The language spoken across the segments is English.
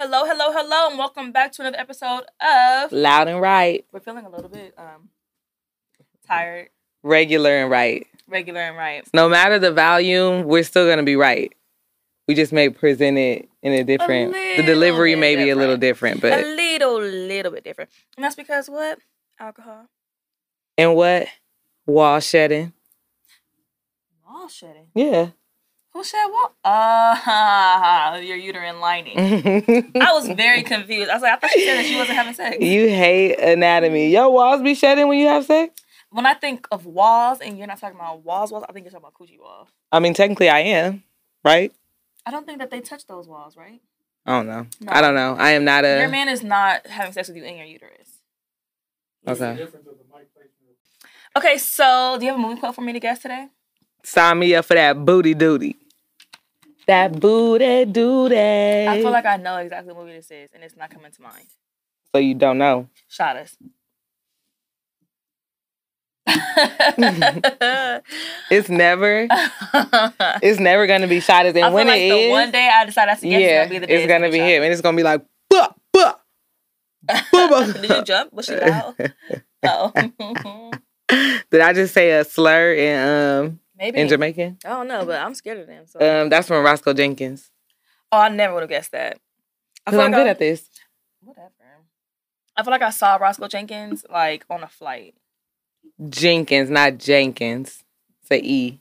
Hello, hello, hello, and welcome back to another episode of. Loud and right, We're feeling a little bit um tired, regular and right. regular and right. No matter the volume, we're still gonna be right. We just may present it in a different. the little delivery bit may be a little different, but a little, little bit different, and that's because what alcohol. and what wall shedding? Wall shedding. Yeah. Who shed wall? Uh, your uterine lining. you I was very confused. I was like, I thought she said that she wasn't having sex. hate anatomy. Your walls be shedding when you have sex. When I think of walls, and you're not talking about walls, walls, I think you're talking about coochie walls. I mean, technically, I am right. I don't think that they touch those walls, right? I don't know. No. I don't know. I am not Your a. man is not having sex with you in your uterus. Okay. Okay, so do you have a movie quote for me to guess today? Sign me up for that booty duty. That booty duty. I feel like I know exactly what movie this is, and it's not coming to mind. so you don't know. Shot us. I It's never. feel It's never gonna be shot as and when like it the is, one day I decide that's yes, yeah, it's gonna be the day it's gonna be shot. him, and it's gonna be like, buh, buh, buh, Oh, Did you jump? Was she loud? Oh, Did I just say a slur in um maybe. in Jamaican? I don't know, but I'm scared of them. So. Um, that's from Roscoe Jenkins. oh, I never would have guessed that. I Cause feel I'm like good I- at this. whatever. I feel like I saw Roscoe Jenkins like on a flight. Jenkins, not Jenkins. Say E.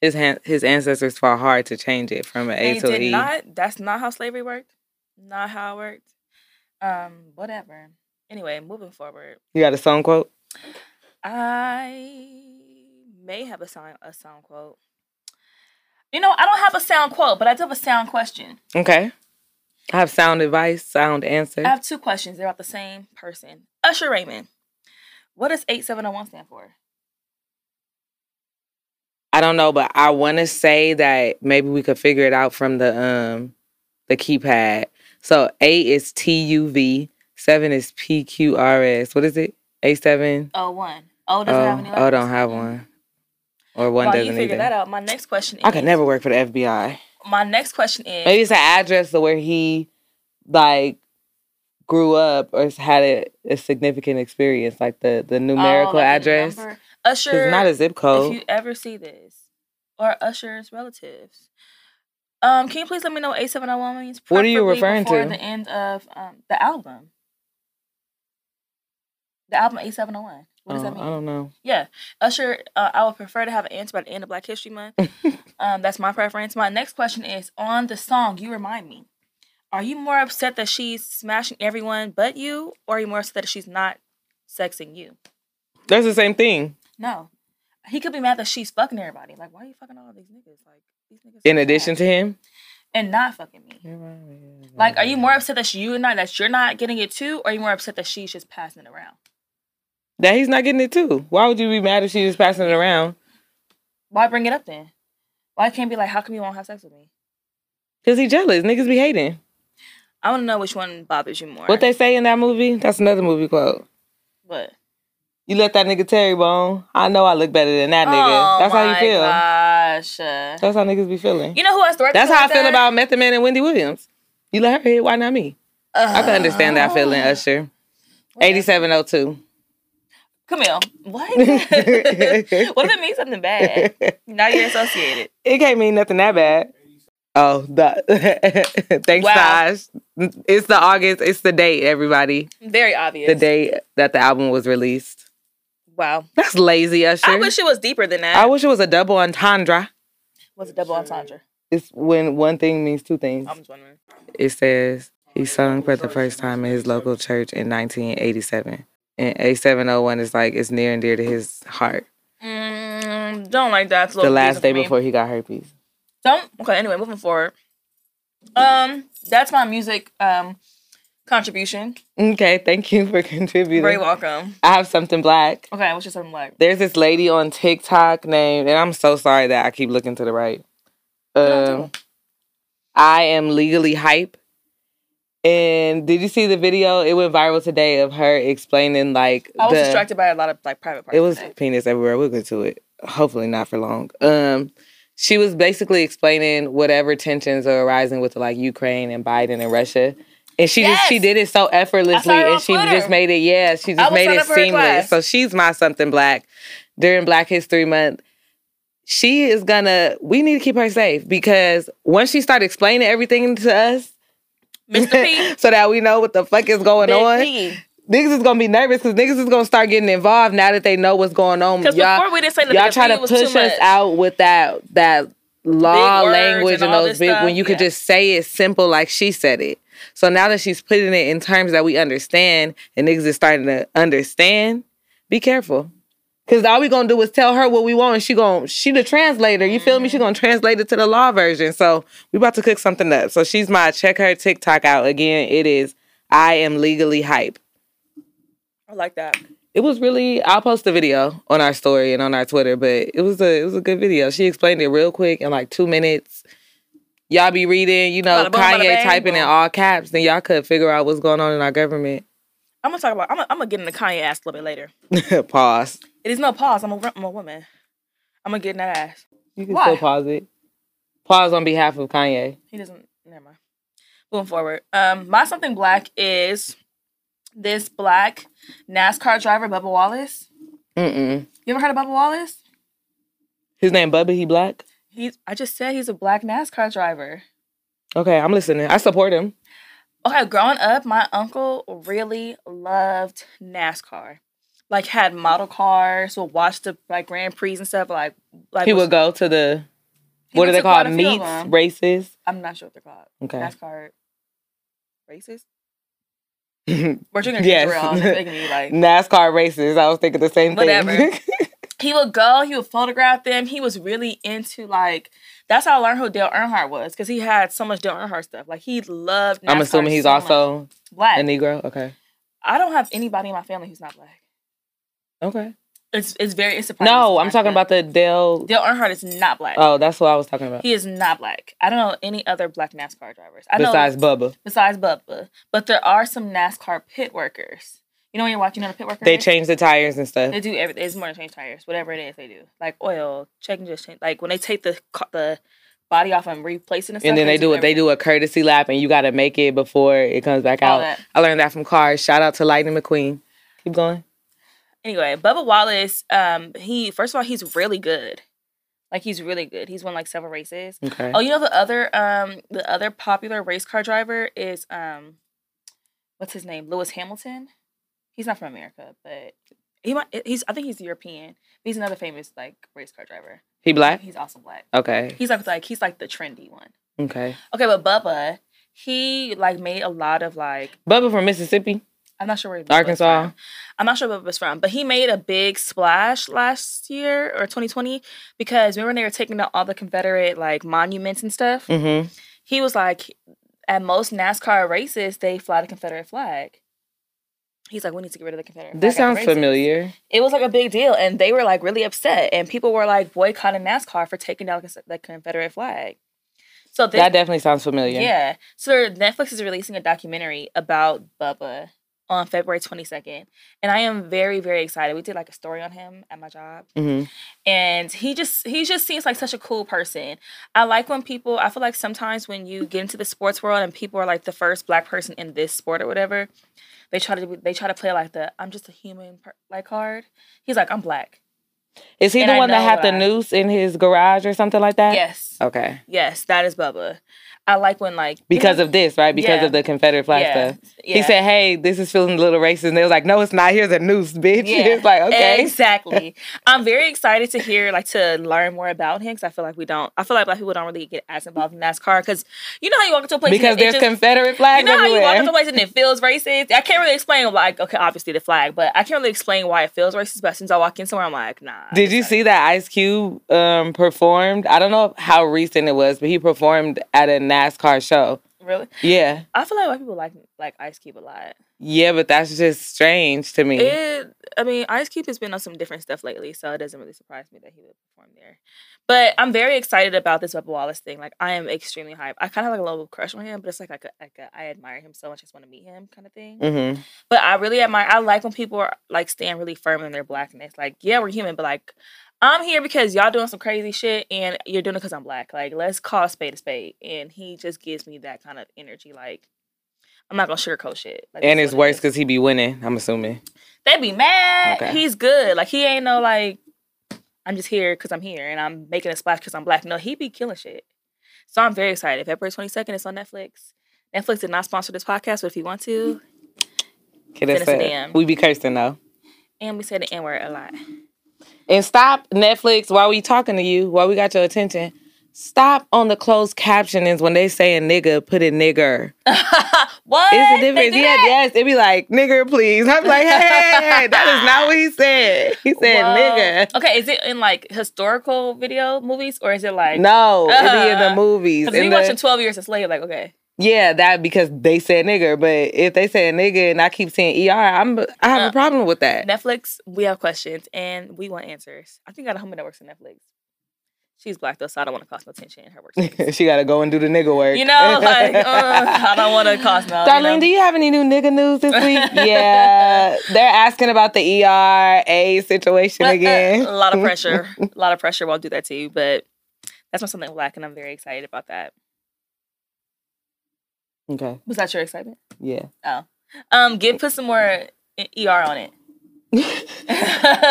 His han- his ancestors fought hard to change it from an A they to an did E. not. That's not how slavery worked. Not how it worked. Um, whatever. Anyway, moving forward, You got a song quote? I may have a sound a sound quote. You know, I don't have a sound quote, but I do have a sound question. Okay. I have sound advice, sound answer. I have two questions. They're about the same person. Usher Raymond. What does 8701 stand for? I don't know, but I want to say that maybe we could figure it out from the um the keypad. So A is T U V, seven is P Q R S. What is it? A seven. Oh, one. Oh, doesn't have Oh, any oh, letters. don't have one, or one While you doesn't figure that either. out, my next question is I could never work for the FBI. my next question is Maybe it's an address of where he like grew up or has had a, a significant experience, like the the oh, numerical like the address. number- 'Cause Usher It's not a zip if code. you ever see this or Usher's relatives. Um, can you please let me know what A701 means? What are you preferably referring before to? The end of um, the album. The album A701. What does Oh, that mean? I don't know. Yeah, Usher. Uh, I would prefer to have an answer by the end of Black History Month. um, that's my preference. My next question is on the song "You Remind Me." Are you more upset that she's smashing everyone but you, or are you more upset that she's not sexing you? That's the same thing. No, he could be mad that she's fucking everybody. Like, why are you fucking all these niggas? Like, these niggas. In addition to him. and not fucking me. Like, are you more upset that you and not that you're not getting it too, or are you more upset that she's just passing it around? That he's not getting it too. Why would you be mad if she was passing it around? Why bring it up then? Why can't be like, how come you won't have sex with me? Cause he jealous. Niggas be hating. I want to know which one bothers you more. What they say in that movie? That's another movie quote. But You let that nigga Terry bone. I know I look better than that Oh nigga. That's how you feel. Gosh. Uh, That's how niggas be feeling. You know who else directed That's her how I like feel that? about Method Man and Wendy Williams. You let her hit. Why not me? I can understand that feeling, Oh. Usher. Eighty-seven oh two. Camille, what? what if it means something bad? Now you're associated. It can't mean nothing that bad. Oh, the thanks, Wow. Taj. It's the August. It's the date, everybody. Very obvious. The day that the album was released. Wow. That's lazy, Usher. I wish it was deeper than that. I wish it was a double entendre. was a double entendre. It's when one thing means two things. I'm just wondering. It says he sung for the first time in his local church in 1987. And A701 is like, it's near and dear to his heart. Mm, don't like that. It's a The little last confusing day for me. before he got herpes. Don't. Okay. Anyway, moving forward. Um, that's my music um contribution. Okay, thank you for contributing. Very welcome. I have something black. Okay, what's your something like? There's this lady on TikTok named, and I'm so sorry that I keep looking to the right. on, Um, I am legally hype. And did you see the video? It went viral today of her explaining like I was the, distracted by a lot of like private parts. It was today. penis everywhere. We'll get to it. Hopefully not for long. Um, she was basically explaining whatever tensions are arising with like Ukraine and Biden and Russia. And she just she Yes. did it so effortlessly her on and she just Twitter. made it, yeah, she I just was made signed it up for her seamless. class. So she's my something black during Black History Month. She is gonna we need to keep her safe because once she started explaining everything to us Mr. P. so that we know what the fuck is going on, Big niggas is gonna be nervous because niggas is gonna start getting involved now that they know what's going on. Because Y'all- before we didn't say nothing. y'all the try P to was push too us much. out with that that law words language and and, all those this big stuff, when you could yeah. just say it simple like she said it. So now that she's putting it in terms that we understand and niggas is starting to understand, be careful. Cause all we gonna do is tell her what we want and she gon' she the translator. You feel me? She Mm-hmm. gonna translate it to the law version. So we about to cook something up. So she's my check her TikTok out. Again, it is I am legally hype. I like that. It was really. I'll post the video on our story and on our Twitter, but it was a it was a good video. She explained it real quick in like two minutes. Y'all be reading, you know, Bada boom, Kanye bada bang, typing in boom. all caps, then y'all could figure out what's going on in our government. I'm gonna talk about. I'm gonna, I'm gonna get into Kanye ass a little bit later. pause. It is no pause. I'm a, I'm a woman. I'm gonna get in that ass. You can Why? still pause it. Pause on behalf of Kanye. He doesn't. Never mind. Moving forward. Um, my something black is this black NASCAR driver Bubba Wallace. Mm-mm. You ever heard of Bubba Wallace? His name Bubba. He black. He's. I just said he's a black NASCAR driver. Okay, I'm listening. I support him. Okay, growing up, my uncle really loved NASCAR. Like had model cars, would watch the like Grand Prix and stuff. Like like He was- would go to the he what are went they to quite called? a few of Meets, them. races. I'm not sure what they're called. Okay. NASCAR races. NASCAR We're drinking Yes. yes. real. and they're making me like races. I was thinking the same thing. Whatever. he would go, he would photograph them. He was really into like that's how I learned who Dale Earnhardt was because he had so much Dale Earnhardt stuff. Like he loved. NASCAR I'm assuming he's so much. also black. a Negro. Okay. I don't have anybody in my family who's not black. Okay. It's it's very it's surprising. No, to I'm my talking family. about the Dale. Dale Earnhardt is not black. Oh, that's what I was talking about. He is not black. I don't know any other black NASCAR drivers. I Besides know Bubba, besides Bubba, but there are some NASCAR pit workers. You know when you're watching on a pit worker, they change the tires and stuff. They do everything. It's more than change tires, whatever it is they do, like oil, check and just change. Like when they take the ca- the body off and replace it, and, stuff, And then they do it. They do a courtesy lap, and you got to make it before it comes back All out. that. I learned that from cars. Shout out to Lightning McQueen. Keep going. Anyway, Bubba Wallace, um, he first of all he's really good, like he's really good. He's won like several races. Okay. Oh, you know the other um the other popular race car driver is um, what's his name? Lewis Hamilton. He's not from America, but he might. He's I think he's European. He's another famous like race car driver. He black. He's also black. Okay. He's like like he's like the trendy one. Okay. Okay, but Bubba, he like made a lot of like Bubba from Mississippi, I'm not sure where Bubba's Arkansas. from. I'm not sure where Bubba's from, but he made a big splash last year or 2020 because remember when they were taking out all the Confederate like monuments and stuff. Mm-hmm. He was like, at most NASCAR races they fly the Confederate flag. He's like, we need to get rid of the Confederate. This flag at the sounds races." familiar. It was like a big deal, and they were like really upset, and people were like boycotting NASCAR for taking down the Confederate flag. So this that definitely sounds familiar. yeah. So Netflix is releasing a documentary about Bubba on February 22nd. And I am very, very excited. We did like a story on him at my job. hmm And he just he just seems like such a cool person. I like when people I feel like sometimes when you get into the sports world and people are like the first black person in this sport or whatever, they try to they try to play like the I'm just a human per- like card. He's like, I'm black. Is he And the I one that know had the what I- noose in his garage or something like that? Yes. Okay. Yes, that is Bubba. I like when like Because of this, right? Because Yeah. of the Confederate flag yeah, stuff. yeah. He said, "Hey, this is feeling a little racist." And they was like, "No, it's not. Here's a noose, bitch." it's like, okay, Exactly. I'm very excited to hear, like, to learn more about him because I feel like we don't, I feel like black people don't really get as involved in NASCAR because you know how you walk into a place because and it there's just- Confederate you flags know how you walk everywhere. into a place and it feels racist. I can't really explain, like, okay, obviously the flag, but I can't really explain why it feels racist. But since I walk in somewhere, I'm like, nah. Did you see that Ice Cube um, performed? I don't know how recent it was, but he performed at a NASCAR show. Really? Yeah, I feel like white people like like Ice Cube a lot. yeah, but that's just strange to me. It, I mean, Ice Cube has been on some different stuff lately, so it doesn't really surprise me that he would perform there. But I'm very excited about this Web Wallace thing. Like, I am extremely hyped. I kind of like a little crush on him, but it's like I, could, I, could, I admire him so much, I just want to meet him kind of thing. hmm But I really admire. I like when people are like staying really firm in their blackness. Like, yeah, we're human, but like, I'm here because y'all doing some crazy shit and you're doing it because I'm black. Like, let's call a spade a spade. And he just gives me that kind of energy. Like, I'm not gonna sugarcoat shit. Like, And that's it's what it worse is. because he be winning. I'm assuming. they be mad. Okay. He's good. Like, he ain't no like, I'm just here because I'm here and I'm making a splash because I'm black. No, he be killing shit. So I'm very excited. February 22nd, it's on Netflix. Netflix did not sponsor this podcast, but if you want to, Hit us Send us a up. DM. We be cursing though. and we said the N word a lot. And stop Netflix while we talking to you, while we got your attention. Stop on the closed captionings when they say a nigga, put a nigger. what? It's They a difference. do Yeah, that? yes. It be like, nigger, please. I'm like, hey, that is not what he said. He said Whoa. nigga. Okay, is it in like historical video movies or is it like No, it be in the Uh, movies. Because we in the- watching Twelve Years a Slave, like okay, yeah, that because they said nigger. But if they say nigga and I keep saying ER, I'm I have Uh, a problem with that. Netflix, we have questions and we want answers. I think I got a homie that works at Netflix. She's black though, so I don't want to cause no tension in her work. she gotta go and do the nigga work. you know, like uh, I don't want to cause no. Darlene, you know? do you have any new nigga news this week? yeah, they're asking about the ER A situation But, uh, again. a lot of pressure. a lot of pressure won't do that to you, but that's not something black, and I'm very excited about that. okay, Was that your excitement? yeah. Um, give put some more e- ER on it. Orel.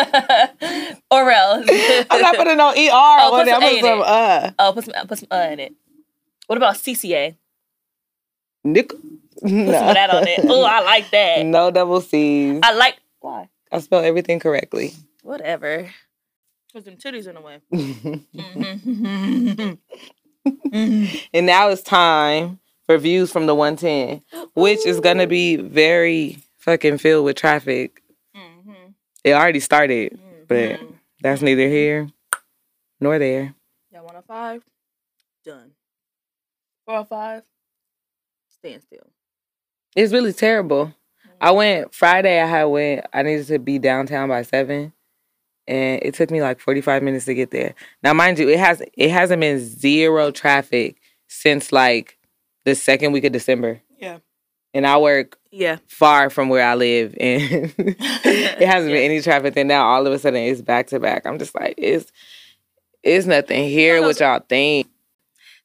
I'm not putting no ER put on there. some Oh, A I'm putting in some it. uh Oh, put some put some uh in it. What about CCA? nick. Put some of that on it. Oh, I like that. No double C's. I, I like why? spelled everything correctly. Whatever. Cause them titties in the way. and Mhm. Mhm. now it's time for views from the 110, which is gonna be very fucking filled with traffic. Mhm. It already started. But- Mhm. That's neither here nor there. y'all want a five? Done. Four or five? Stand still. It's really terrible. I went Friday. I had went. I needed to be downtown by seven, and it took me like forty five minutes to get there. Now, mind you, it has it hasn't been zero traffic since like the second week of December, Yeah. and I work Yeah. far from where I live, and it hasn't been any traffic. And now all of a sudden, it's back to back. I'm just like, it's it's nothing here. What y'all think?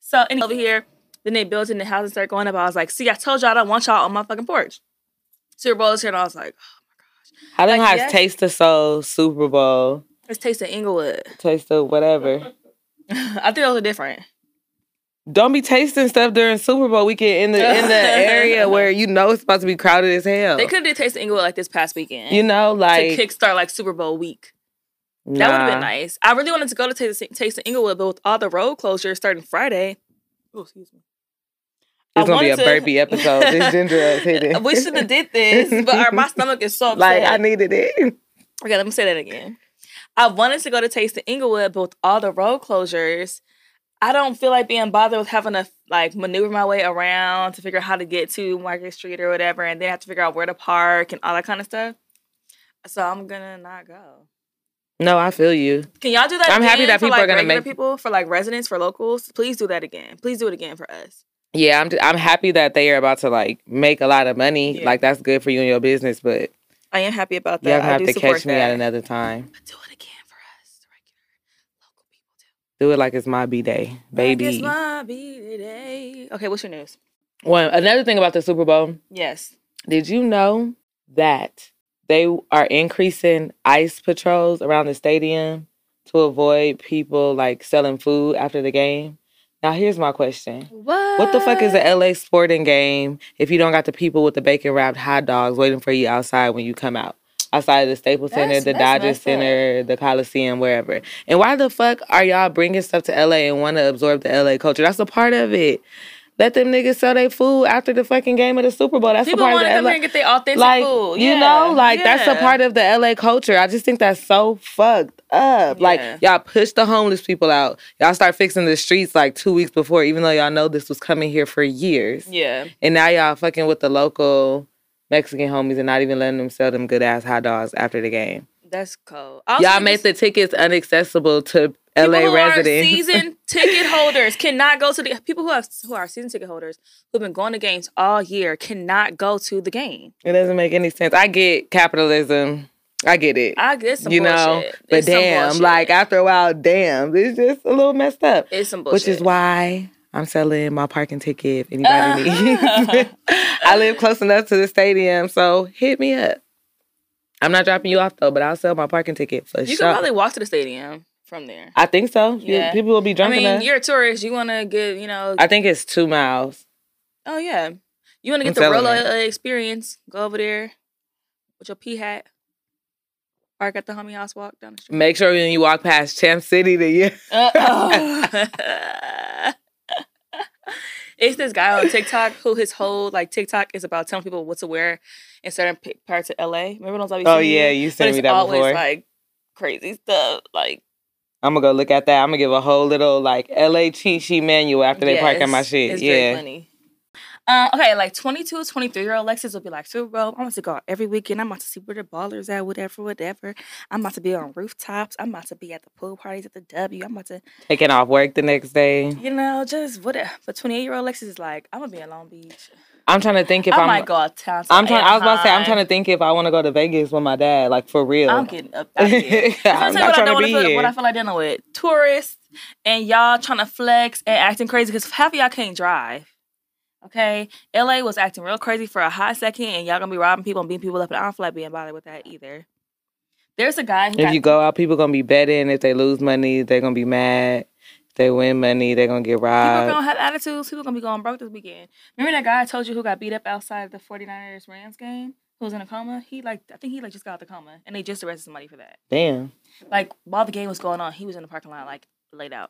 So and over here, then they built in the housing start going up. I was like, see, I told y'all I don't want y'all on my fucking porch. Super Bowl is here, and I was like, How them Like, has yeah. Taste of Soul, Super Bowl, let's taste of Inglewood. Taste of whatever. I think those are different. Don't be tasting stuff during Super Bowl weekend in the in the area where you know it's supposed to be crowded as hell. They could have did Taste of Inglewood like this past weekend. Oh. you know, like to kickstart like Super Bowl week. That would have nah. been nice. I really wanted to go to Taste, Taste of Inglewood, but with all the road closures starting Friday, oh excuse me, I It's gonna be a wanted to- burpee episode. this ginger is hitting. we should have did this, but our, my stomach is so upset. like I needed it. Okay, let me say that again. I wanted to go to Taste of Inglewood, but with all the road closures, I don't feel like being bothered with having to like maneuver my way around to figure out how to get to Market Street or whatever, and then have to figure out where to park and all that kind of stuff. So I'm gonna not go. No, I feel you. Can y'all do that? I'm again happy that for, people like, are gonna regular make- people for like residents for locals. Please do that again. Please do it again for us. Yeah, I'm. I'm happy that they are about to like make a lot of money. Yeah. Like that's good for you and your business, but I am happy about that. y'all gonna I have do to support catch me that. at another time. But do it again for us, the regular local people too. Do it like it's my b day, Like it's baby. my B day. Okay, what's your news? Well, another thing about the Super Bowl. Yes. Did you know that they are increasing ice patrols around the stadium to avoid people like selling food after the game? Now, here's my question. What? What the fuck is a LA sporting game if you don't got the people with the bacon wrapped hot dogs waiting for you outside when you come out? Outside of the Staples Center, That's- the that's Dodgers messed up. Center, the Coliseum, wherever. And why the fuck are y'all bringing stuff to LA and want to absorb the LA culture? That's a part of it. Let them niggas sell their food after the fucking game of the Super Bowl. That's People a part want to come of the LA here and get their authentic like food. you Yeah, know like that's a yeah. part of the la culture i just think that's so fucked up Yeah. like y'all push the homeless people out y'all start fixing the streets like two weeks before even though y'all know this was coming here for years Yeah. and now y'all fucking with the local mexican homies and not even letting them sell them good ass hot dogs after the game That's cold. I also y'all think made it's- the tickets unaccessible to la people who Are residents season ticket holders cannot go to the people who have who are season ticket holders who've been going to games all year cannot go to the game. it doesn't make any sense i get capitalism I get it. I get some you know, bullshit. but It's some damn, bullshit. like after a while, damn, it's just a little messed up. it's some bullshit. Which is why I'm selling my parking ticket if anybody Uh-huh. needs. I live close enough to the stadium, so hit me up. I'm not dropping you off though, but I'll sell my parking ticket for you sure. can probably walk to the stadium from there. I think so. You- Yeah. People will be I drunk mean, enough. you're a tourist. You want to get, you know, I think it's two miles. oh yeah, you want to I'm get the telling Rolo you. uh, experience. Go over there with your pea hat. Park at the homie house. Walk down the street. Uh, Make sure when you walk past Champ City that you Uh-oh. oh. it's this guy on TikTok who his whole like TikTok is about telling people what to wear in certain p- parts of LA. Remember those? I be Oh sending you? yeah, you but sent it's me that always before. like crazy stuff. Like I'm gonna go look at that. I'm gonna give a whole little like LA cheat sheet manual after they park yeah, on my it's- shit. It's very yeah. funny. Uh, okay, like 22, 23 year old Lexus will be like, Super Bowl, I'm about to go out every weekend. I'm about to see where the ballers at, whatever, whatever. I'm about to be on rooftops. I'm about to be at the pool parties at the W. I'm about to, Taking off work the next day. you know, just whatever. But 28 year old Lexus is like, I'm going to be in Long Beach. I'm trying to think if I I'm might go out of town. I'm trying. I was about to say. I'm trying to think if I want to go to Vegas with my dad, like for real. I'm getting up. Out of here. I'm I'm not trying trying to to be feel, What I here. feel like dealing with tourists and y'all trying to flex and acting crazy because half of y'all can't drive. Okay, LA was acting real crazy for a hot second, and y'all gonna be robbing people and beating people up, and I don't feel like being bothered with that either. There's a guy. Who If got- you go out, people gonna be betting. If they lose money, they're gonna be mad. If they win money, they're gonna get people robbed. gonna have attitudes. People gonna be going broke this weekend. Remember that guy I told you who got beat up outside the 49ers Rams game? Who was in a coma? He like, I think he like just got out the coma, and they just arrested somebody for that. Damn. like while the game was going on, he was in the parking lot, like laid out.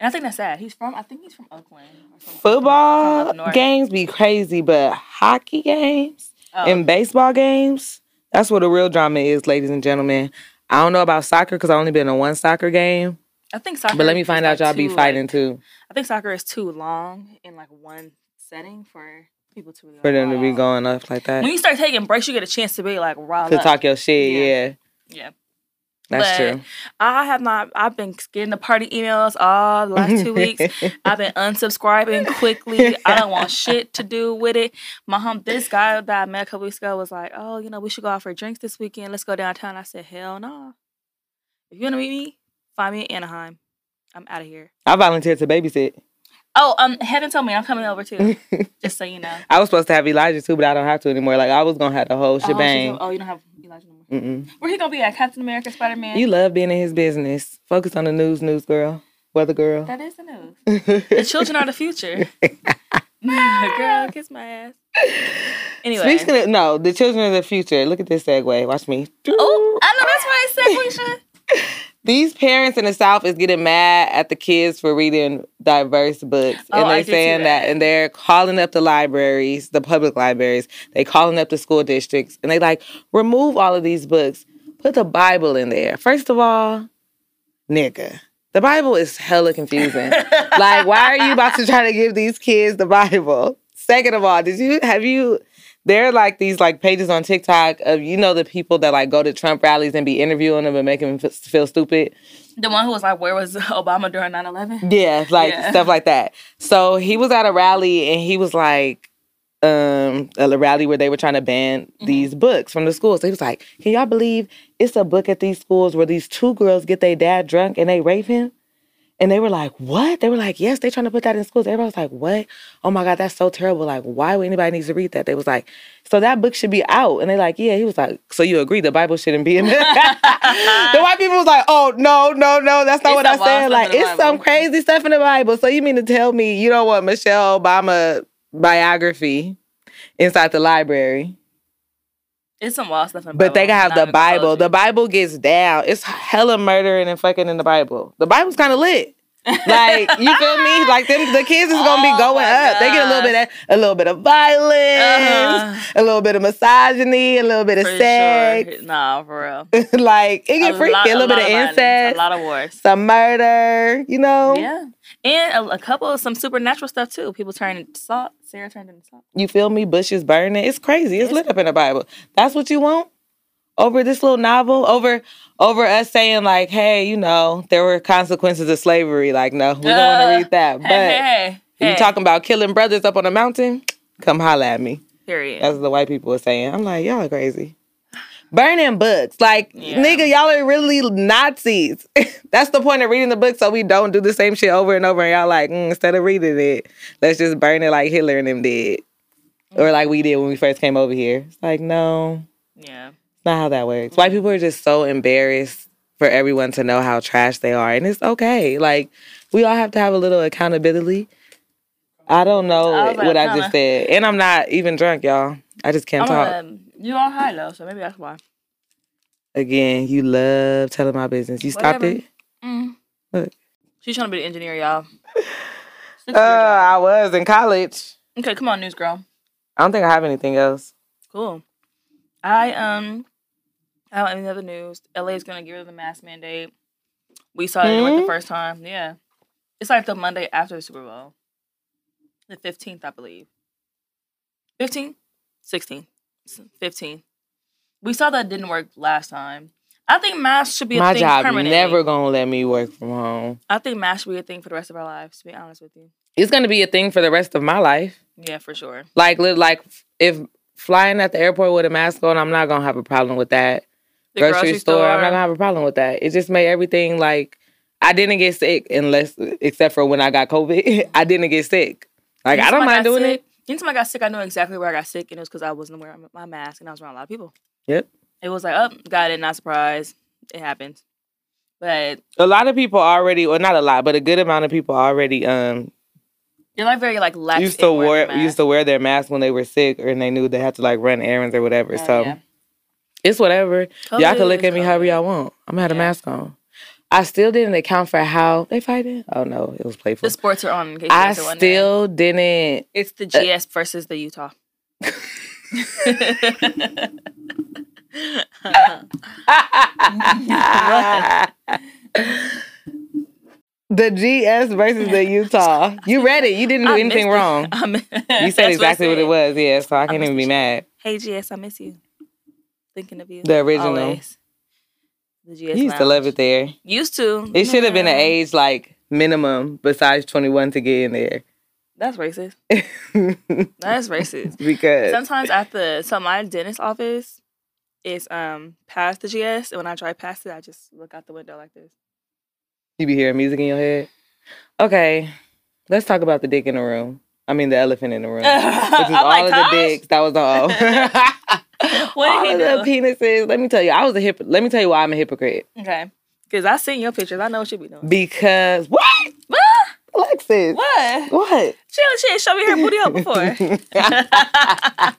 And I think that's sad. He's from, I think he's from Oakland. Or something. From Football up north. games be crazy, but hockey games Oh, and baseball games, that's where the real drama is, ladies and gentlemen. I don't know about soccer because I only been to one soccer game, I think soccer. but let me is, find out like, y'all be too, fighting like- too I think soccer is too long in like one setting for people to. Really for them to be wow. going off like that When you start taking breaks, you get a chance to be like raw. to talk your shit. Yeah. Yeah, Yeah. that's But true. I have not. I've been getting the party emails all the last two weeks. I've been unsubscribing quickly. I don't want shit to do with it. My hum, this guy that I met a couple weeks ago was like, "Oh, you know, we should go out for drinks this weekend. Let's go downtown." I said, "Hell no! If you want to meet me, find me in Anaheim. I'm out of here." I volunteered to babysit. Oh, um, Heaven told me I'm coming over too. just so you know. I was supposed to have Elijah too, but I don't have to anymore. Like I was gonna have the whole Oh, she shebang. said- oh, you don't have Elijah no more. Mm-mm. Where he gonna be at? Captain America, Spider Man. You love being in his business. Focus on the news, news girl, weather girl. That is the news. the children are the future. Girl, kiss my ass. Anyway. Speaking of no, the children of the future. Look at this segue. Watch me. Oh, I know that's why I said Felicia. These parents in the South is getting mad at the kids for reading diverse books, Oh, and I they did see saying that. that. and they're calling up the libraries, the public libraries. They calling up the school districts, and they like remove all of these books, put the Bible in there. First of all, nigga, the Bible is hella confusing. like, why are you about to try to give these kids the Bible? Second of all, did you have you? There are like these like pages on TikTok of you know the people that like go to Trump rallies and be interviewing them and making them f- feel stupid. The one who was like, where was Obama during 9-11? Yeah, like Yeah. stuff like that. So he was at a rally and he was like, um, a rally where they were trying to ban these books from the schools. So he was like, Can y'all believe it's a book at these schools where these two girls get their dad drunk and they rape him? And they were like, What? They were like, Yes, they trying to put that in schools. Everybody was like, What? Oh my God, that's so terrible. Like, why would anybody needs to read that? They was like, So that book should be out. And they like, Yeah. He was like, So you agree the Bible shouldn't be in there? the white people was like, Oh, no, no, no, that's not It's what some I wild said. stuff Like, in the it's some Bible. crazy stuff in the Bible. So you mean to tell me you don't want Michelle Obama biography inside the library? It's some wild stuff in the But they Bible. gotta have Not the in Bible. The mythology. Bible gets down. It's hella murdering and fucking in the Bible. The Bible's kind of lit. Like you feel me? Like them, the kids is gonna Oh be going my up. They get a little gosh. bit, of, a little bit of violence, Uh-huh. a little bit of misogyny, a little bit of For sex. sure. Nah, for real. like it get A freaky. lot- a little bit lot of, violence, incest, Oh. A lot of wars. some murder. You know? Yeah. And a, a couple of some supernatural stuff too. People turned into salt. Sarah turned into salt. You feel me? Bushes burning. It's crazy. It's It's- lit up in the Bible. That's what you want over this little novel. Over over us saying like, hey, you know, there were consequences of slavery. Like, no, we don't want Uh, to read that. But hey, hey, hey. you talking about killing brothers up on a mountain? Come holla at me. Period. That's what the white people were saying. I'm like, y'all are crazy. burning books. Like, Yeah. nigga, y'all are really Nazis. That's the point of reading the book, so we don't do the same shit over and over. And y'all like, mm, instead of reading it, let's just burn it like Hitler and them did, or Mm. like we did when we first came over here. It's like, no, Yeah. it's not how that works. White people are just so embarrassed for everyone to know how trash they are, and it's okay. Like, we all have to have a little accountability. I don't know I was like, what I kinda- just said, and I'm not even drunk, y'all. I just can't I'm talk. um, you on high though, so maybe that's why. Again, you love telling my business. You stopped Whatever. it? Mm. Look. She's trying to be an engineer, y'all. Stick to your Uh, job. I was in college. okay, come on, news girl. I don't think I have anything else. Cool. I um, I don't have any other news. LA is gonna get rid of the mask mandate. We saw it like Hmm? the first time. Yeah, it's like the Monday after the Super Bowl, the fifteenth, I believe. 15? 16. 15. We saw that didn't work last time. I think masks should be a My thing job permanently. never gonna let me work from home. I think masks should be a thing for the rest of our lives. To be honest with you, It's gonna be a thing for the rest of my life. yeah, for sure. Like, li- like if flying at the airport with a mask on, I'm not gonna have a problem with that. The grocery, store, I'm not gonna have a problem with that. It just made everything like I didn't get sick unless except for when I got COVID. I didn't get sick. Like I don't mind doing it. Anytime I got sick, I knew exactly where I got sick, and it was because I wasn't wearing my mask and I was around a lot of people. Yep. It was like, oh, got it, not surprised. It happened. But A lot of people already, or not a lot, but a good amount of people already um you're like very like lax. used to in wearing wear a mask. used to wear their mask when they were sick or and they knew they had to like run errands or whatever. Uh, so yeah. it's whatever. y'all can COVID look is at me however COVID. y'all want. I'm gonna have a Yeah. mask on. I still didn't account for how they fighting. Oh no, it was playful. The sports are on. In case you I guys are wondering. still uh, didn't. It's the GS versus the Utah. the GS versus the Utah. You read it. You didn't do I anything missed it. wrong. I mi- You That's said exactly what, it was. Yeah, so I can't missed even be it. mad. Hey GS, I miss you. Thinking of you. The original. Always. The GS. You used to love it there. Used to. It should have been an Yeah. age like minimum besides 21 to get in there. That's racist. That's racist. because Sometimes at the so my dentist office is um past the GS, and when I drive past it, I just look out the window like this. you be hearing music in your head. Okay, let's talk about the dick in the room. I mean, the elephant in the room. Which is I'm all like, of "Taj, the dicks. That was all. What all did he of the do? penises. Let me tell you, I was a hypocrite. Let me tell you why I'm a hypocrite. Okay, because I seen your pictures. I know what you be doing. Because what? What? Alexis. What? What? Chill, chill. Show me her booty up before.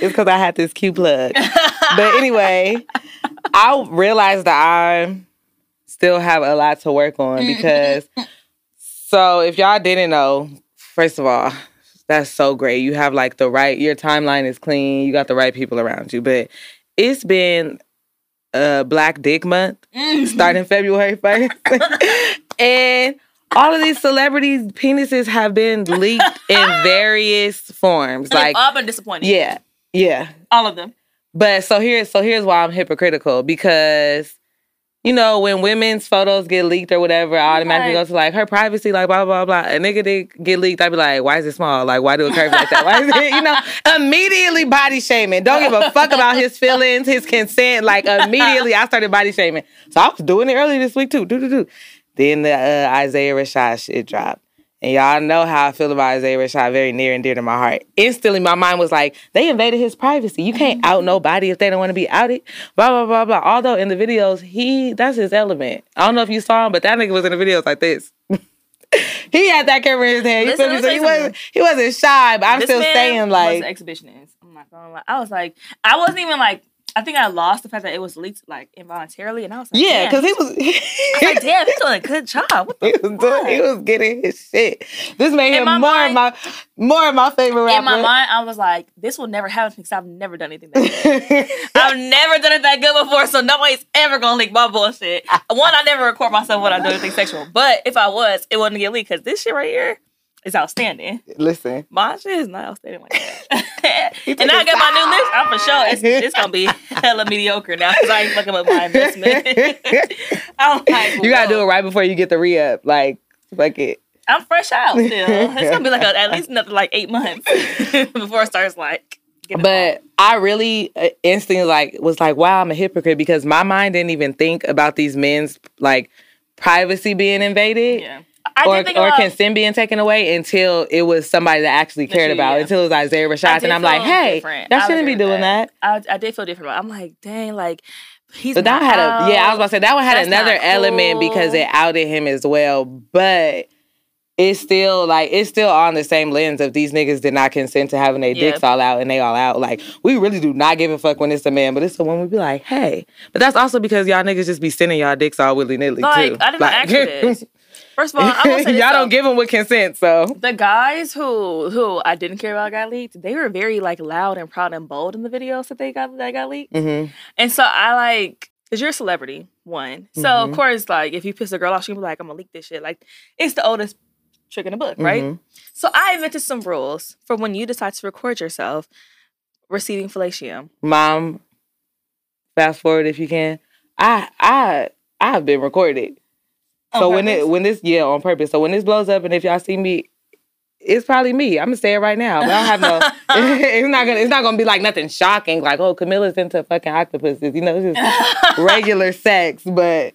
It's because I had this cute plug. but anyway, I realized that I still have a lot to work on because. so if y'all didn't know, first of all, that's so great. You have like the right. Your timeline is clean. You got the right people around you. But it's been uh, Black Dick Month Mm-hmm. Mm. starting February first, and all of these celebrities' penises have been leaked in various forms. Like, Like, all been disappointed. yeah, yeah. all of them. But so here's so here's why I'm hypocritical because you know when women's photos get leaked or whatever, I automatically Right. go to like her privacy, like blah blah blah. blah. A nigga did get leaked, I'd be like, why is it small? Like why do it curve like that? Why is it you know immediately body shaming? Don't give a fuck about his feelings, his consent. Like immediately, I started body shaming. So I was doing it earlier this week too. Do do do. Then the uh, Isaiah Rashad shit dropped. And y'all know how I feel about Isaiah Rashad, very near and dear to my heart. Instantly, my mind was like, they invaded his privacy. You can't out nobody if they don't want to be outed. Blah, blah, blah, blah. Although in the videos, he, that's his element. I don't know if you saw him, but that nigga was in the videos like this. he had that camera in his hand. You Listen, feel let me me? So tell he you wasn't, something. he wasn't shy, but I'm This still man saying, was like, an exhibitionist. I'm not gonna lie. I was like, I wasn't even like. I think I lost the fact that it was leaked like involuntarily, and I was like, yeah, "Damn." because he was. I was like, damn, he's doing a good job. What the He was, doing, he was getting his shit. This made In him my more mind- of my more of my favorite rapper. In my mind, I was like, this will never happen because I've never done anything that good. I've never done it that good before, so nobody's ever gonna leak my bullshit. One, I never record myself when I do anything sexual, but if I was, it wouldn't get leaked because this shit right here is outstanding. Listen, My shit is not outstanding like that. He and took now I a got my new side. list. I'm for sure it's, it's gonna be hella mediocre now because I ain't fucking with my investment. I'm like, you gotta do it whoa. right before you get the re up. Like, fuck it. I'm fresh out still. It's gonna be like a, at least another like eight months before it starts like Get but I really uh, instantly like was like, wow, I'm a hypocrite because my mind didn't even think about these men's like privacy being invaded. involved. yeah. I Or, did think or about, consent being taken away until it was somebody that actually That cared you- about, yeah. until it was Isaiah I Rashad. did And I'm feel like, hey, different. I that would shouldn't be agree with doing that. that. I, I did feel different. About it. I'm like, dang, like he's. But that not had out. a yeah, I was about to say that one had That's not another element because cool. it outed him as well. But it's still like it's still on the same lens of these niggas did not consent to having their Yeah. dicks all out and they all out. Like we really do not give a fuck when it's a man, but it's a woman. We be like, hey. But that's also because y'all niggas just be sending y'all dicks all willy nilly Like, too. I didn't ask for this. First of all, I'm gonna say this, y'all though. don't give them with consent, so the guys who who I didn't care about got leaked. They were very like loud and proud and bold in the videos that they got that got leaked. hmm And so I like, cause you're a celebrity, one. So Mhm. of course, like if you piss a girl off, she gonna be like, I'm gonna leak this shit. Like it's the oldest trick in the book, right? Mm-hmm. So I invented some rules for when you decide to record yourself receiving fellatio. Mom, fast forward if you can. I I I've been recorded. So when it when this yeah on purpose. So when this blows up and if y'all see me, it's probably me. I'm gonna say it right now. But I don't have no. it's not gonna it's not gonna be like nothing shocking. Like oh Camilla's into fucking octopuses. You know it's just regular sex. But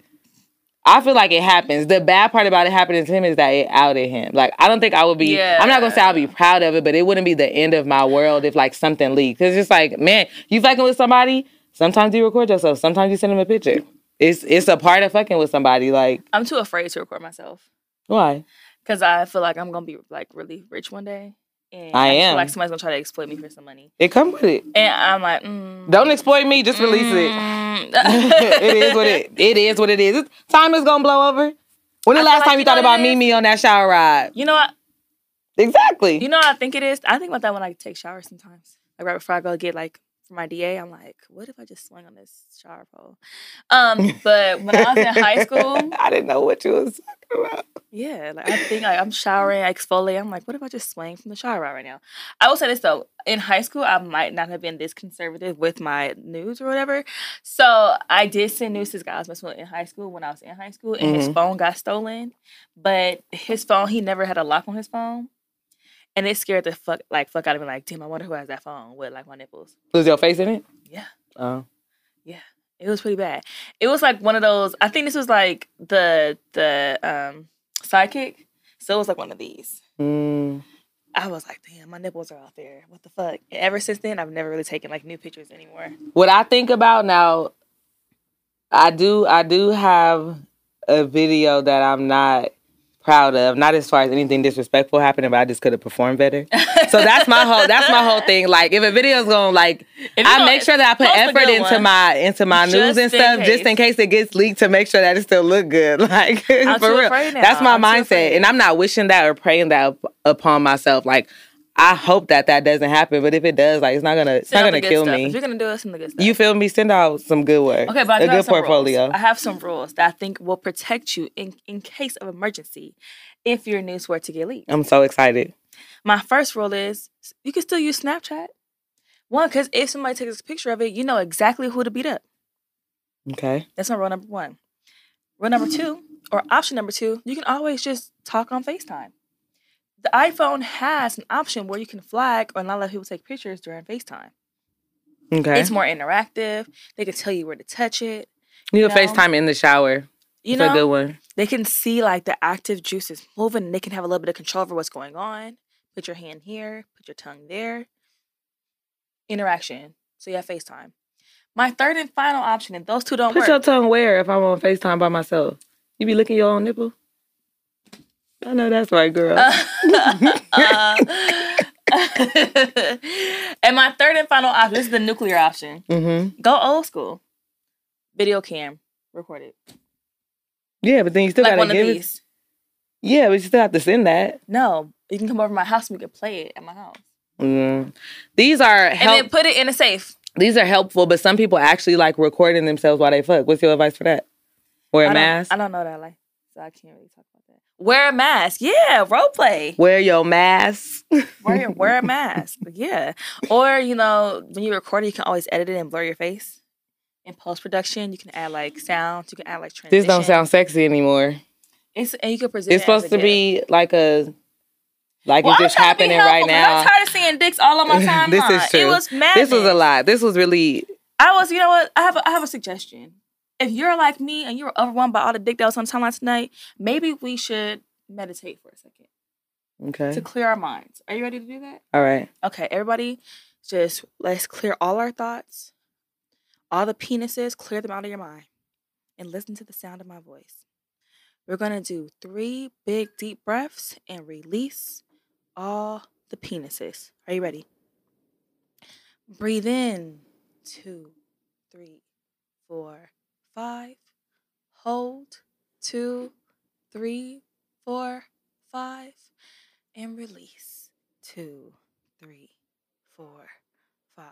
I feel like it happens. The bad part about it happening to him is that it outed him. Like I don't think I would be. I'm not gonna say I'll be proud of it, but it wouldn't be the end of my world if like something leaked. 'Cause It's just like man, you fucking with somebody. Sometimes you record yourself. Sometimes you send them a picture. It's it's a part of fucking with somebody. Like I'm too afraid to record myself why? because I feel like I'm gonna be like really rich one day. And I just feel am. like somebody's gonna try to exploit me for some money, It come with it. and I'm like, mm, Don't exploit me. Just release it. it is what it. It is what it is. It's, time is gonna blow over. When the I feel last like time you you know thought what about it is? Mimi on that shower ride? You know what? Exactly. You know what I think it is? I think about that when I take showers sometimes. Like right before I go get like for my DA, I'm like, what if I just swung on this shower pole? Um, but when I was in high school, I didn't know what you was talking about. yeah, like I think like I'm showering, I exfoliate. I'm like, what if I just swing from the shower right now? I will say this though, in high school, I might not have been this conservative with my nudes or whatever. So I did send nudes to this guy I was messing with in high school when I was in high school, and his Mhm. phone got stolen. But his phone, he never had a lock on his phone. And it scared the fuck like fuck out of me. Like, damn, I wonder who has that phone with like my nipples. Was your face in it? Yeah. Oh. It was pretty bad. It was like one of those. I think this was like the the um sidekick. So it was like one of these. Mm. I was like, damn, my nipples are out there. What the fuck? And ever since then, I've never really taken like new pictures anymore. What I think about now, I do. I do have a video that I'm not proud of. Not as far as anything disrespectful happening, but I just could have performed better. So that's my whole. That's my whole thing. Like if a video's gonna like I make sure that I put post a effort good into one. my into my news Just and in stuff just case. in case it gets leaked to make sure that it still look good. Like I'm for too real, afraid now. that's my I'm too mindset, afraid. and I'm not wishing that or praying that up- upon myself. Like I hope that that doesn't happen, but if it does, like it's not gonna it's Send not out the gonna good kill stuff. If me. you're gonna do it, send the good stuff. You feel me? Send out some good work. okay? But I a do good have some rules. portfolio. I have some rules that I think will protect you in in case of emergency, if your news were to get leaked. I'm so excited. My first rule is you can still use Snapchat. One, because if somebody takes a picture of it, you know exactly who to beat up. Okay. That's my rule number one. Rule number two, or option number two, you can always just talk on FaceTime. The iPhone has an option where you can flag or not let people take pictures during FaceTime. Okay. It's more interactive. They can tell you where to touch it. Need a know- FaceTime in the shower. You it's know, a good one. they can see like the active juices moving and they can have a little bit of control over what's going on. Put your hand here, put your tongue there. Interaction. So you have FaceTime. My third and final option, and those two don't Put work. your tongue where if I'm on FaceTime by myself? You be licking your own nipple? I know that's right, girl. Uh. and my third and final option, this is the nuclear option. mm-hmm. Go old school. Video cam. Record it. Yeah, but then you still like gotta one of give it. these. Yeah, but you still have to send that. No. You can come over to my house and we can play it at my house. Mm. These are And help. then put it in a safe. these are helpful, but some people actually like recording themselves while they fuck. What's your advice for that? Wear a I don't- mask. I don't know that like, so I can't really talk about that. Wear a mask, yeah. Role play. Wear your mask. Wear your- wear a mask, yeah. Or you know, when you record it, you can always edit it and blur your face. In post production, you can add like sounds. You can add like transition. This don't sound sexy anymore. It's and you can present. It's it as supposed a to be like a like gift. Well, it's I'm just trying to be happening helpful right 'cause now. I'm tired of seeing dicks all on my timeline. This is It true. was mad. This was a lot. This was really I was, you know what? I have a, I have a suggestion. If you're like me and you were overwhelmed by all the dick that was on the timeline tonight, maybe we should meditate for a second to okay. clear our minds. Are you ready to do that? All right. Okay, everybody, just let's clear all our thoughts, all the penises, clear them out of your mind, and listen to the sound of my voice. We're gonna do three big deep breaths and release all the penises. Are you ready? Breathe in two, three, four, five. Hold two, three, four, five, and release two three, four, five.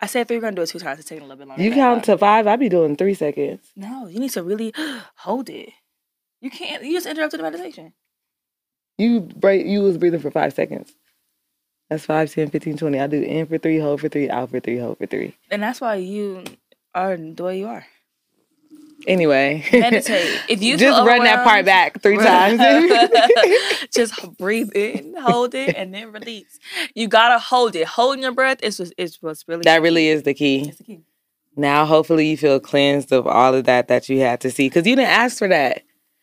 I said three. We're gonna do it two times. It's taking a little bit longer. You than I count thought. to five. I be doing three seconds. No, you need to really hold it. You can't. You just interrupted the meditation. You break. You was breathing for five seconds. That's five, ten, fifteen, twenty. I do in for three, hold for three, out for three, hold for three. And that's why you are the way you are. Anyway, Meditate. If you just feel run that part overwhelmed- back three times. just breathe in, hold it, and then release. You gotta hold it. Holding your breath is was is what's really that really is the key. It's the key. Now, hopefully, you feel cleansed of all of that that you had to see because you didn't ask for that.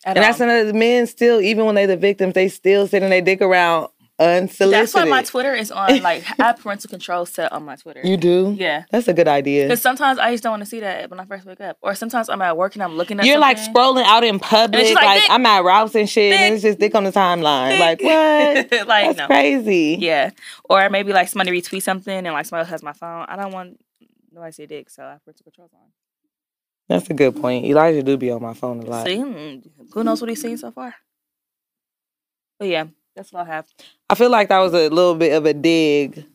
At and all. that's another. Men still, even when they the victims, they still sending their dick around unsolicited. That's why my Twitter is on. Like I have parental control set on my Twitter. you do. yeah. That's a good idea. Because sometimes I just don't want to see that when I first wake up, or sometimes I'm at work and I'm looking at You're like something. scrolling out in public, just like, like, dick, I'm at routes and shit, dick, and it's just dick on the timeline. Like what? like That's no, crazy. yeah. Or maybe like somebody retweet something and like somebody else has my phone. I don't want nobody to see dick, so I put the controls on. That's a good point. Elijah do be on my phone a lot. See, mm, who knows what he's seen so far? But yeah, that's what I have. I feel like that was a little bit of a dig.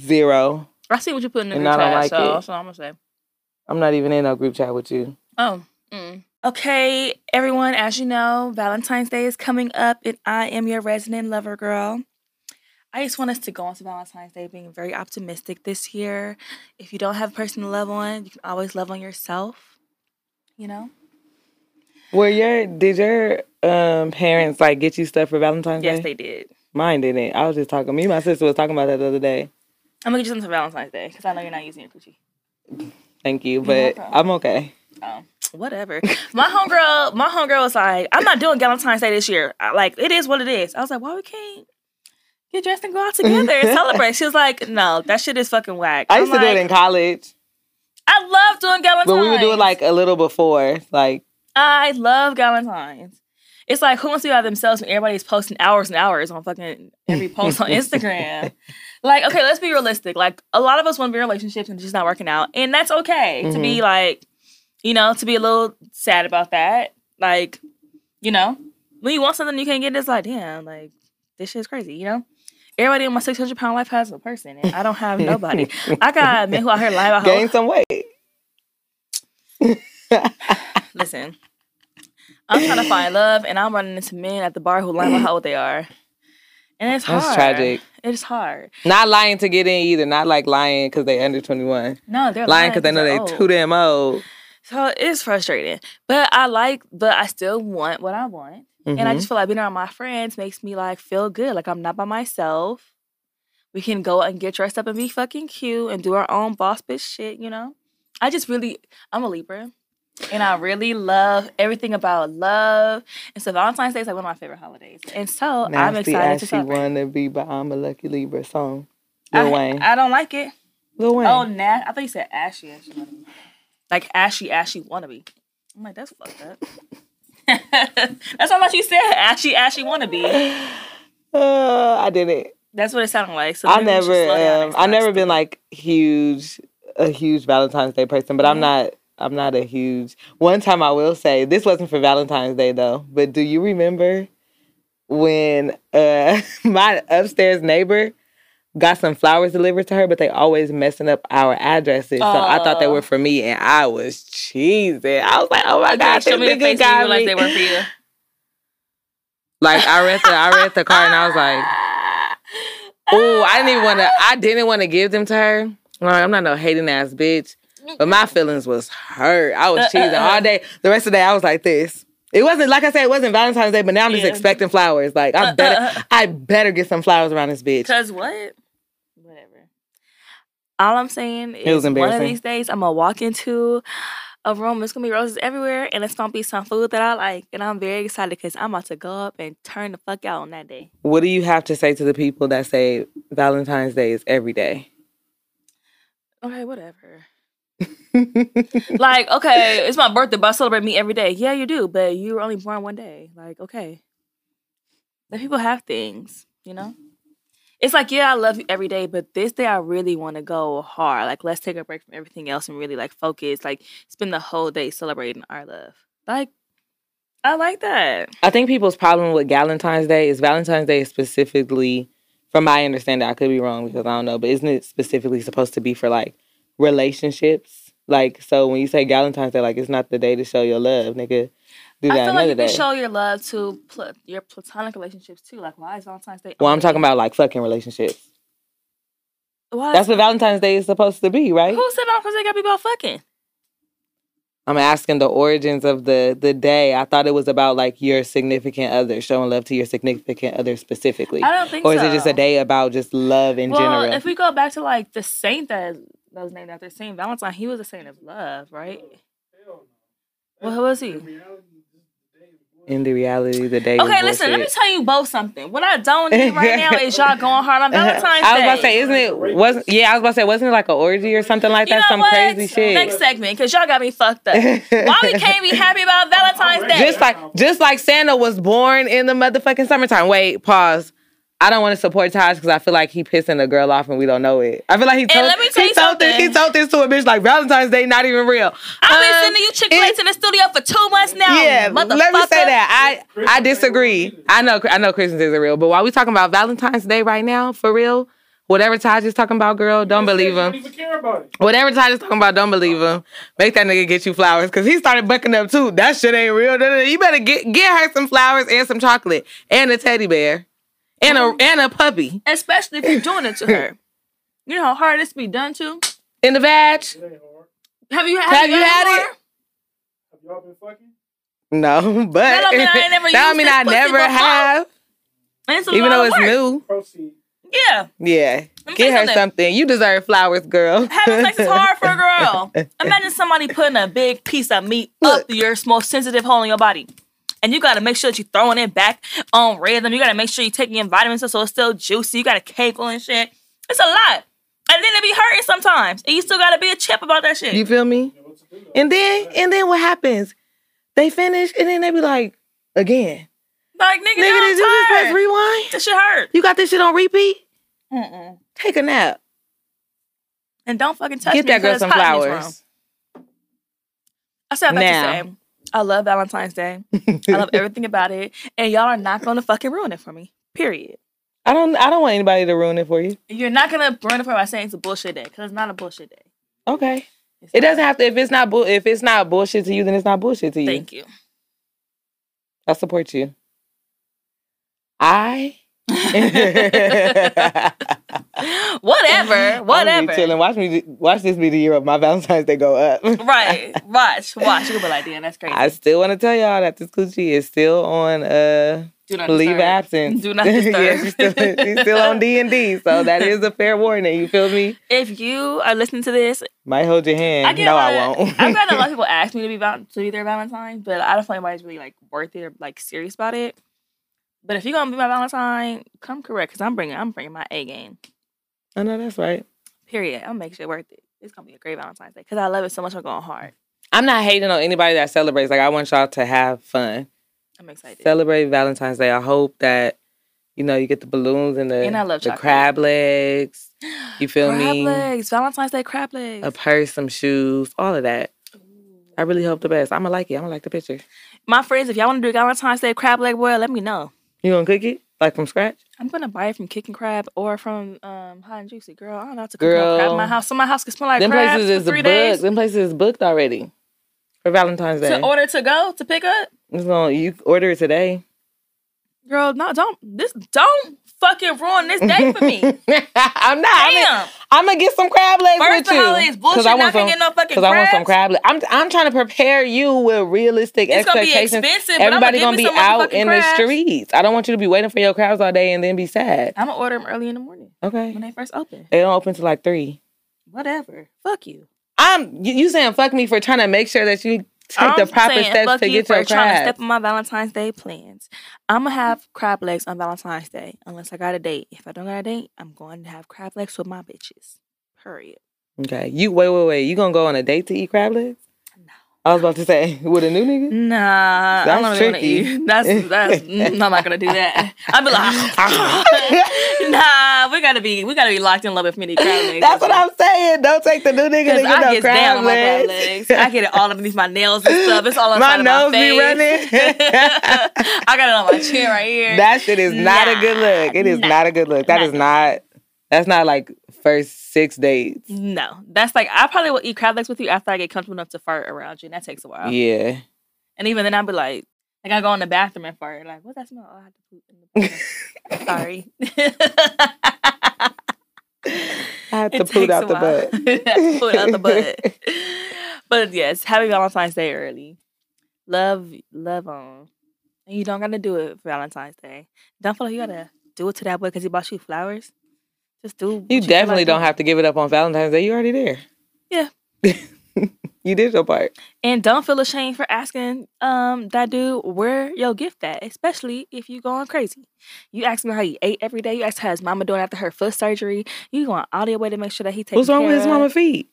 Zero. I see what you put in the And group I don't chat, like so it. that's what I'm gonna say. I'm not even in no group chat with you. Oh. Mm. Okay, everyone, as you know, Valentine's Day is coming up, and I am your resident lover girl. I just want us to go into Valentine's Day being very optimistic this year. If you don't have a person to love on, you can always love on yourself, you know? Were your did your um parents like get you stuff for Valentine's Yes, they Day? did. Mine didn't. I was just talking. Me and my sister was talking about that the other day. I'm gonna get you something for Valentine's Day because I know you're not using your coochie. Thank you, but welcome. I'm okay. Oh, whatever. my homegirl, my homegirl was like, I'm not doing Valentine's Day this year. I- like, it is what it is. I was like, why we can't get dressed and go out together and celebrate? She was like, no, that shit is fucking whack. I I'm used to do like, it in college, I love doing Valentine's. but we would do it like a little before, like I love Valentine's. It's like who wants to be by themselves when everybody's posting hours and hours on fucking every post on Instagram. Like, okay, let's be realistic. Like a lot of us want to be in relationships and it's just not working out. And that's okay to be like, you know, to be a little sad about that. Like, you know, when you want something you can't get, it's like, damn, like this shit's crazy, you know? Everybody in my 600 pound life has a person, and I don't have nobody. I got men who out here lying about how gain some weight. Listen, I'm trying to find love, and I'm running into men at the bar who lie about how old they are, and it's hard. That's tragic. It's hard. Not lying to get in either. Not like lying because they under 21. No, they're Lying because they know they old. too damn old. So it's frustrating, but I like, but I still want what I want, Mm-hmm. and I just feel like being around my friends makes me like feel good. Like I'm not by myself. We can go and get dressed up and be fucking cute and do our own boss bitch shit. You know, I just really, I'm a Libra. And I really love everything about love. And so Valentine's Day is like one of my favorite holidays. And so I'm Nasty excited as to she celebrate. wanna be, but I'm a lucky Libra song. Lil I, Wayne. I don't like it. Lil Wayne. Oh, Nat. I thought you said ashy, ashy wannabe. Like ashy, ashy wannabe. I'm like, that's fucked up. that's not what you said. Ashy, ashy wannabe. Uh, I did it. That's what it sounded like. So I maybe we should never. slow down Um, next I time. never been like huge, a huge Valentine's Day person. But Mm-hmm. I'm not. I'm not a huge. One time I will say this wasn't for Valentine's Day though. But do you remember when uh my upstairs neighbor got some flowers delivered to her, but they always messing up our addresses. so I thought they Oh. were for me, and I was cheesy. I was like, oh my Okay, gosh, show me the face when you realize they were for you. Like I read the I read the card, and I was like. Oh, I didn't even want to. I didn't want to give them to her. All right, I'm not no hating ass bitch, but my feelings was hurt. I was cheesing all day. The rest of the day, I was like this. It wasn't like I said. It wasn't Valentine's Day, but now I'm just Yeah. expecting flowers. Like I Uh, better, uh, uh. I better get some flowers around this bitch. Cause what? Whatever. All I'm saying is was one embarrassing. of these days I'm gonna walk into a room. It's gonna be roses everywhere, and it's gonna be some food that I like, and I'm very excited because I'm about to go up and turn the fuck out on that day. What do you have to say to the people that say Valentine's Day is every day? Okay, whatever. like, okay, it's my birthday, but I celebrate me every day. Yeah, you do, but you were only born one day. Like, okay. But people have things, you know? It's like, yeah, I love you every day, but this day I really want to go hard. Like, let's take a break from everything else and really like focus, like spend the whole day celebrating our love. Like, I like that. I think people's problem with Valentine's Day is Valentine's Day is specifically, from my understanding, I could be wrong because I don't know, but isn't it specifically supposed to be for like relationships? Like, so when you say Valentine's Day, like it's not the day to show your love, nigga. Do that I feel like another you day. can show your love to pl- your platonic relationships too. Like, why is Valentine's Day? well, I'm only- talking about like fucking relationships. Why That's what Valentine's Day is supposed to be, right? Who said Valentine's Day got to be about fucking? I'm asking the origins of the the day. I thought it was about like your significant other, showing love to your significant other specifically. I don't think Or is so. it just a day about just love in well, general? if we go back to like the saint that that was named after Saint Valentine, he was a saint of love, right? Well, who was he? in the reality, the day. Okay, listen, let me tell you both something. What I don't need right now is y'all going hard on Valentine's Day. I was about to say, isn't it? Wasn't yeah? I was about to say, wasn't it like an orgy or something like you that? know Some what? crazy shit. Next segment, because y'all got me fucked up. Why we can't be happy about Valentine's Day? just like just like Santa was born in the motherfucking summertime. Wait, pause. I don't want to support Taj because I feel like he pissing a girl off and we don't know it. I feel like he told, let me tell he you told this something. he told this to a bitch like Valentine's Day not even real. I've been Um, sending you chick fil it- in the studio for two months now. Yeah, let motherfucker. me say that. I I disagree. I know I know Christmas isn't real, but while we talking about Valentine's Day right now, for real, whatever Taj is talking about, girl, don't believe Don't him. even care about it. Whatever Ty is talking about, don't believe him. Make that nigga get you flowers. Cause he started bucking up too. That shit ain't real. Da, da, da. You better get get her some flowers and some chocolate. And a teddy bear. And a and a puppy. Especially if you're doing it to her. You know how hard this be done to? In the vag. It ain't hard. Have you, have Have you done had it? before? Have y'all been fucking? No, but That don't mean I ain't never that don't used mean this I pussy never before. have. And it's a Even lot though of it's work. new. Proceed. Yeah. Yeah. Let me Get tell you her something. something. You deserve flowers, girl. Having sex is hard for a girl. Imagine somebody putting a big piece of meat Look. up your most sensitive hole in your body. And you gotta make sure that you're throwing it back on rhythm. You gotta make sure you're taking your vitamins so it's still juicy. You gotta cackle and shit. It's a lot. And then it be hurting sometimes. And you still gotta be a chip about that shit. You feel me? You know what to do. And then and then what happens? They finish and then they be like, again. like, nigga, Nigga, did you just press rewind? That shit hurt. You got this shit on repeat? Mm-mm. Take a nap. And don't fucking touch Get me that girl because some cotton is wrong. flowers. I said that Now. to say, I love Valentine's Day. I love everything about it. And y'all are not gonna fucking ruin it for me. Period. I don't I don't want anybody to ruin it for you. You're not gonna ruin it for me by saying it's a bullshit day, because it's not a bullshit day. Okay. It's It not. doesn't have to if it's not bull if it's not bullshit to you, then it's not bullshit to you. Thank you. I support you. I whatever. I'm gonna be Whatever. chilling. Watch me watch this be the year of my Valentine's Day go up. Right. Watch. Watch. You'll be like, damn, that's crazy. I still want to tell y'all that this coochie is still on uh Do not leave disturb. absence. Do not yeah, disturb. she's still, she's still on D and D, so that is a fair warning. You feel me? If you are listening to this, Might hold your hand. I get no, a I lot- won't. I've gotten a lot of people ask me to be val- to be their Valentine, but I don't feel anybody's really like worth it or like serious about it. But if you're gonna be my Valentine, come correct because I'm bringing I'm bringing my A game. I know Oh, that's right. Period. I'll make shit worth it. It's gonna be a great Valentine's Day because I love it so much. I'm going hard. I'm not hating on anybody that celebrates. Like I want y'all to have fun. I'm excited. Celebrate Valentine's Day. I hope that you know you get the balloons and the And I love the chocolate. crab legs. You feel crab me? legs, Valentine's Day crab legs. A purse, some shoes, all of that. I really hope the best. I'ma like it. I'ma like the picture. My friends, if y'all want to do Valentine's Day crab leg boil, let me know. You gonna cook it like from scratch? I'm gonna buy it from Kicking Crab or from um, Hot and Juicy. Girl, I don't know how to cook no Girl. crab in my house. So my house can smell like Them crabs places for is three booked. days. Them places is booked already for Valentine's Day. To order to go to pick up. it's gonna, you order it today. Girl, no, don't this don't fucking ruin this day for me. I'm not. Damn. I'm gonna get some crab legs First with of you. all, it's bullshit. I Not want gonna get some. no fucking Because I want some crabs. crab legs. I'm I'm trying to prepare you with realistic It's gonna be expectations. expensive, but Everybody I'ma give be me some out motherfucking in crabs. the streets. I don't want you to be waiting for your crabs all day and then be sad. I'm gonna order them early in the morning Okay. when they first open. They don't open till like three. Whatever. Fuck you. I'm you, you saying fuck me for trying to make sure that you take the I'm proper saying, steps fuck to you get for your trying to step crabs. on my Valentine's Day plans. I'm gonna have crab legs on Valentine's Day unless I got a date. If I don't got a date, I'm going to have crab legs with my bitches. Period. Okay. You wait wait wait. You gonna go on a date to eat crab legs? No. I was about to say with a new nigga. Nah, I don't That's really want to tricky. eat. That's that's. mm, I'm not gonna do that. I'd be like, "Ah." nah, we gotta be we gotta be locked in love with mini crab legs. That's what I'm saying. Don't take the new nigga to Because get I no get crab down on my crab legs. legs. I get it all underneath my nails and stuff. It's all My inside nose of my face. be running. I got it on my chin right here. That shit is not a good look. It is Nah, not a good look. That nah, is not. That's not like first six dates. no, that's like I probably will eat crab legs with you after I get comfortable enough to fart around you, and that takes a while. Yeah. And even then, I'll be like, like I go in the bathroom and fart. Like, what's that smell? Oh, I have to poop in the bathroom. Sorry. I have to It poot takes out a the while. butt. Pull it out the butt. But yes, happy Valentine's Day early. Love, love on. And you don't gotta do it for Valentine's Day. Don't feel like you gotta do it to that boy because he bought you flowers. Just do. what You feel definitely like don't doing. have to give it up on Valentine's Day. You already there. Yeah. you did your part. And don't feel ashamed for asking um that dude where your gift at, especially if you going crazy. You asked me how he ate every day. You asked how his mama doing after her foot surgery. You going all the way to make sure that he takes. What's wrong with his mama feet?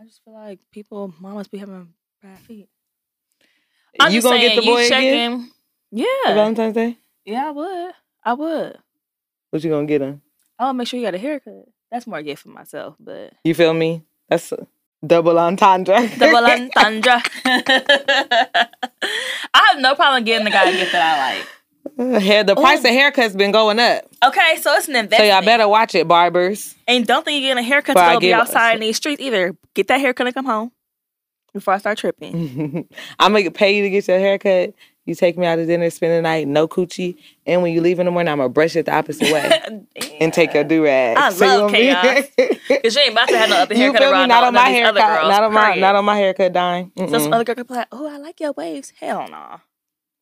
I just feel like people, mamas be having bad feet. you gonna get the boy again again? for Yeah, Valentine's Day? yeah, I would, I would. What you gonna get him? I would make sure you got a haircut. That's more a gift for myself, but You feel me? That's a double entendre. double entendre. I have no problem getting the guy a gift that I like. Hair- the price of haircuts been going up, Okay, so it's an so investment. y'all better watch it, barbers. And don't think you're getting a haircut But I to go be get- outside in these streets either. Get that haircut and come home before I start tripping. I'm gonna pay you to get your haircut. You take me out to dinner, spend the night, no coochie, and when you leave in the morning, I'm gonna brush it the opposite way and take your do rag. I love Cause you ain't about to have no other you haircut feel me? around Not no- none on my of these haircut. other girls, Not on my. period. Not on Mm. my haircut. Dying. So some Mm-mm. other girl could be like, "Oh, I like your waves." Hell no.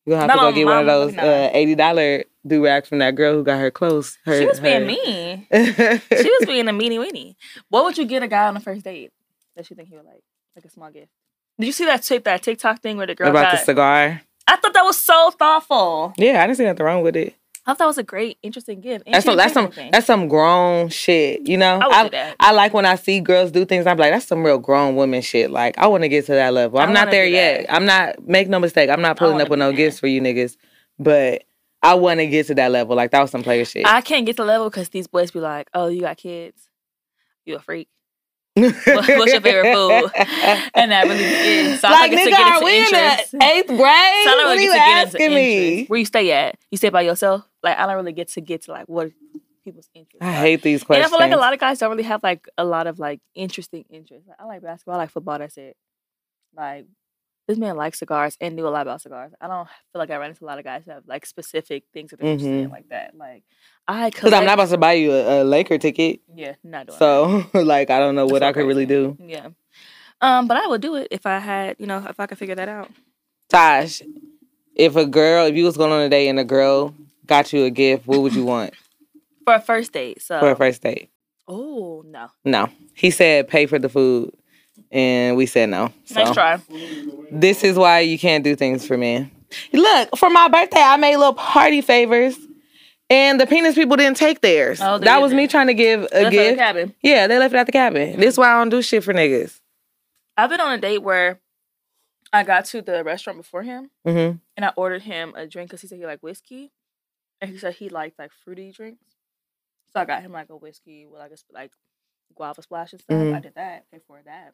you gonna have not to go on get my one of those motherfucking dime. uh, eighty dollar do rags from that girl who got her clothes. Her, She was being her- mean. She was being a meanie weenie. What would you get a guy on the first date that you think he would like? Like a small gift. Did you see that tick that TikTok thing where the girl about the got? cigar. I thought that was so thoughtful. Yeah, I didn't see nothing wrong with it. I thought that was a great, interesting gift. And That's she some. didn't take That's some. anything. That's some grown shit. You know. I would do that. I like when I see girls do things. I'm like, that's some real grown woman shit. Like, I want to get to that level. I'm I not wanna there do yet. I'm not. Make no mistake. I'm not I pulling wanna up with be no there. gifts for you niggas, but I want to get to that level. Like, that was some player shit. I can't get the level because these boys be like, "Oh, you got kids? You a freak? what's what's your favorite food? And that really be it. So I like, don't get to nigga, get are into we in interest. the eighth grade? So I don't what are really you get to get asking into me? interest. Where you stay at? You stay by yourself? Like I don't really get to get to like what people's interests. I are. hate these And questions. I feel like a lot of guys don't really have like a lot of like interesting interests. Like, I like basketball, I like football. That's it. Like this man likes cigars and knew a lot about cigars. I don't feel like I ran into a lot of guys who have like specific things that they're interested in Mhm. like that. Like I because I'm not collect- about to buy you a, a Laker ticket, yeah not doing that. so like, I don't know That's what so I could really crazy. do. Yeah. Um, but I would do it if I had, you know, if I could figure that out. Taj, if a girl, if you was going on a date and a girl got you a gift, what would you want For a first date. So for a first date? Oh no. No, he said pay for the food, and we said no. Nice So, try. This is why you can't do things for men. Look, for my birthday, I made little party favors, and the penis people didn't take theirs. Oh, they that was me didn't. trying to give a That's for the gift. cabin. yeah, they left it at the cabin. This why I don't do shit for niggas. I've been on a date where I got to the restaurant before him hmm and I ordered him a drink because he said he liked whiskey. And he said he liked like fruity drinks. So I got him like a whiskey with like a sp- like guava splash and stuff. I Mhm. did that, paid for that.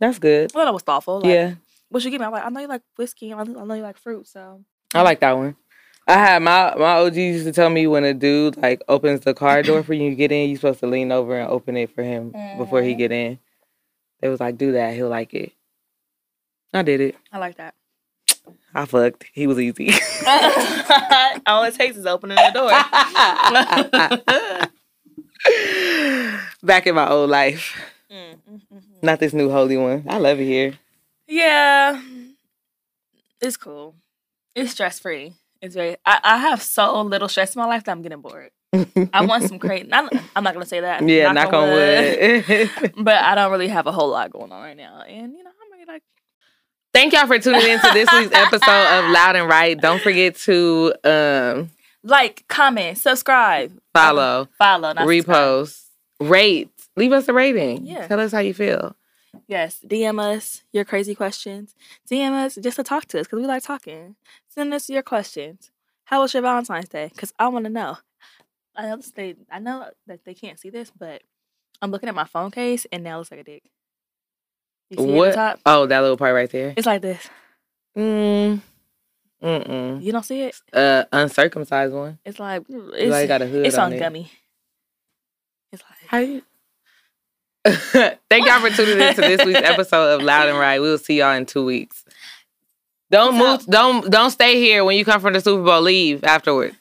That's good. I thought that was thoughtful. Like, yeah, What you give me? I'm like, I know you like whiskey. and I know I know you like fruit. So I like that one. I had my my OG used to tell me when a dude like opens the car door for you to get in, you supposed to lean over and open it for him before he Mhm. get in. They was like, do that, he'll like it. I did it. I like that. I fucked. He was easy. All it takes is opening the door. Back in my old life, Mm, mm, mm, mm. not this new holy one. I love it here. Yeah, it's cool. It's stress free. It's very. I, I have so little stress in my life that I'm getting bored. I want some crazy. I'm I'm not gonna say that. yeah, knock, on wood. but I don't really have a whole lot going on right now, and you know I'm really like Thank y'all for tuning in to this week's episode of Loud and Right. Don't forget to um, like, comment, subscribe, follow, follow, not subscribe. repost, rate, leave us a rating. Yeah. Tell us how you feel. Yes, DM us your crazy questions. DM us just to talk to us because we like talking. Send us your questions. How was your Valentine's Day? Because I want to know. I know this- they, I know that they can't see this, but I'm looking at my phone case and now it looks like a dick. You see it What? at the top? Oh, that little part right there. It's like this. Mm. Mm-mm. You don't see it? Uh, uncircumcised one. It's like it's, It's, like got a hood it's on, on it. gummy. It's like How you? Thank y'all for tuning in to this week's episode of Loud and Right. We'll see y'all in two weeks. Don't Peace move. Don't don't stay here when you come from the Super Bowl. Leave afterward.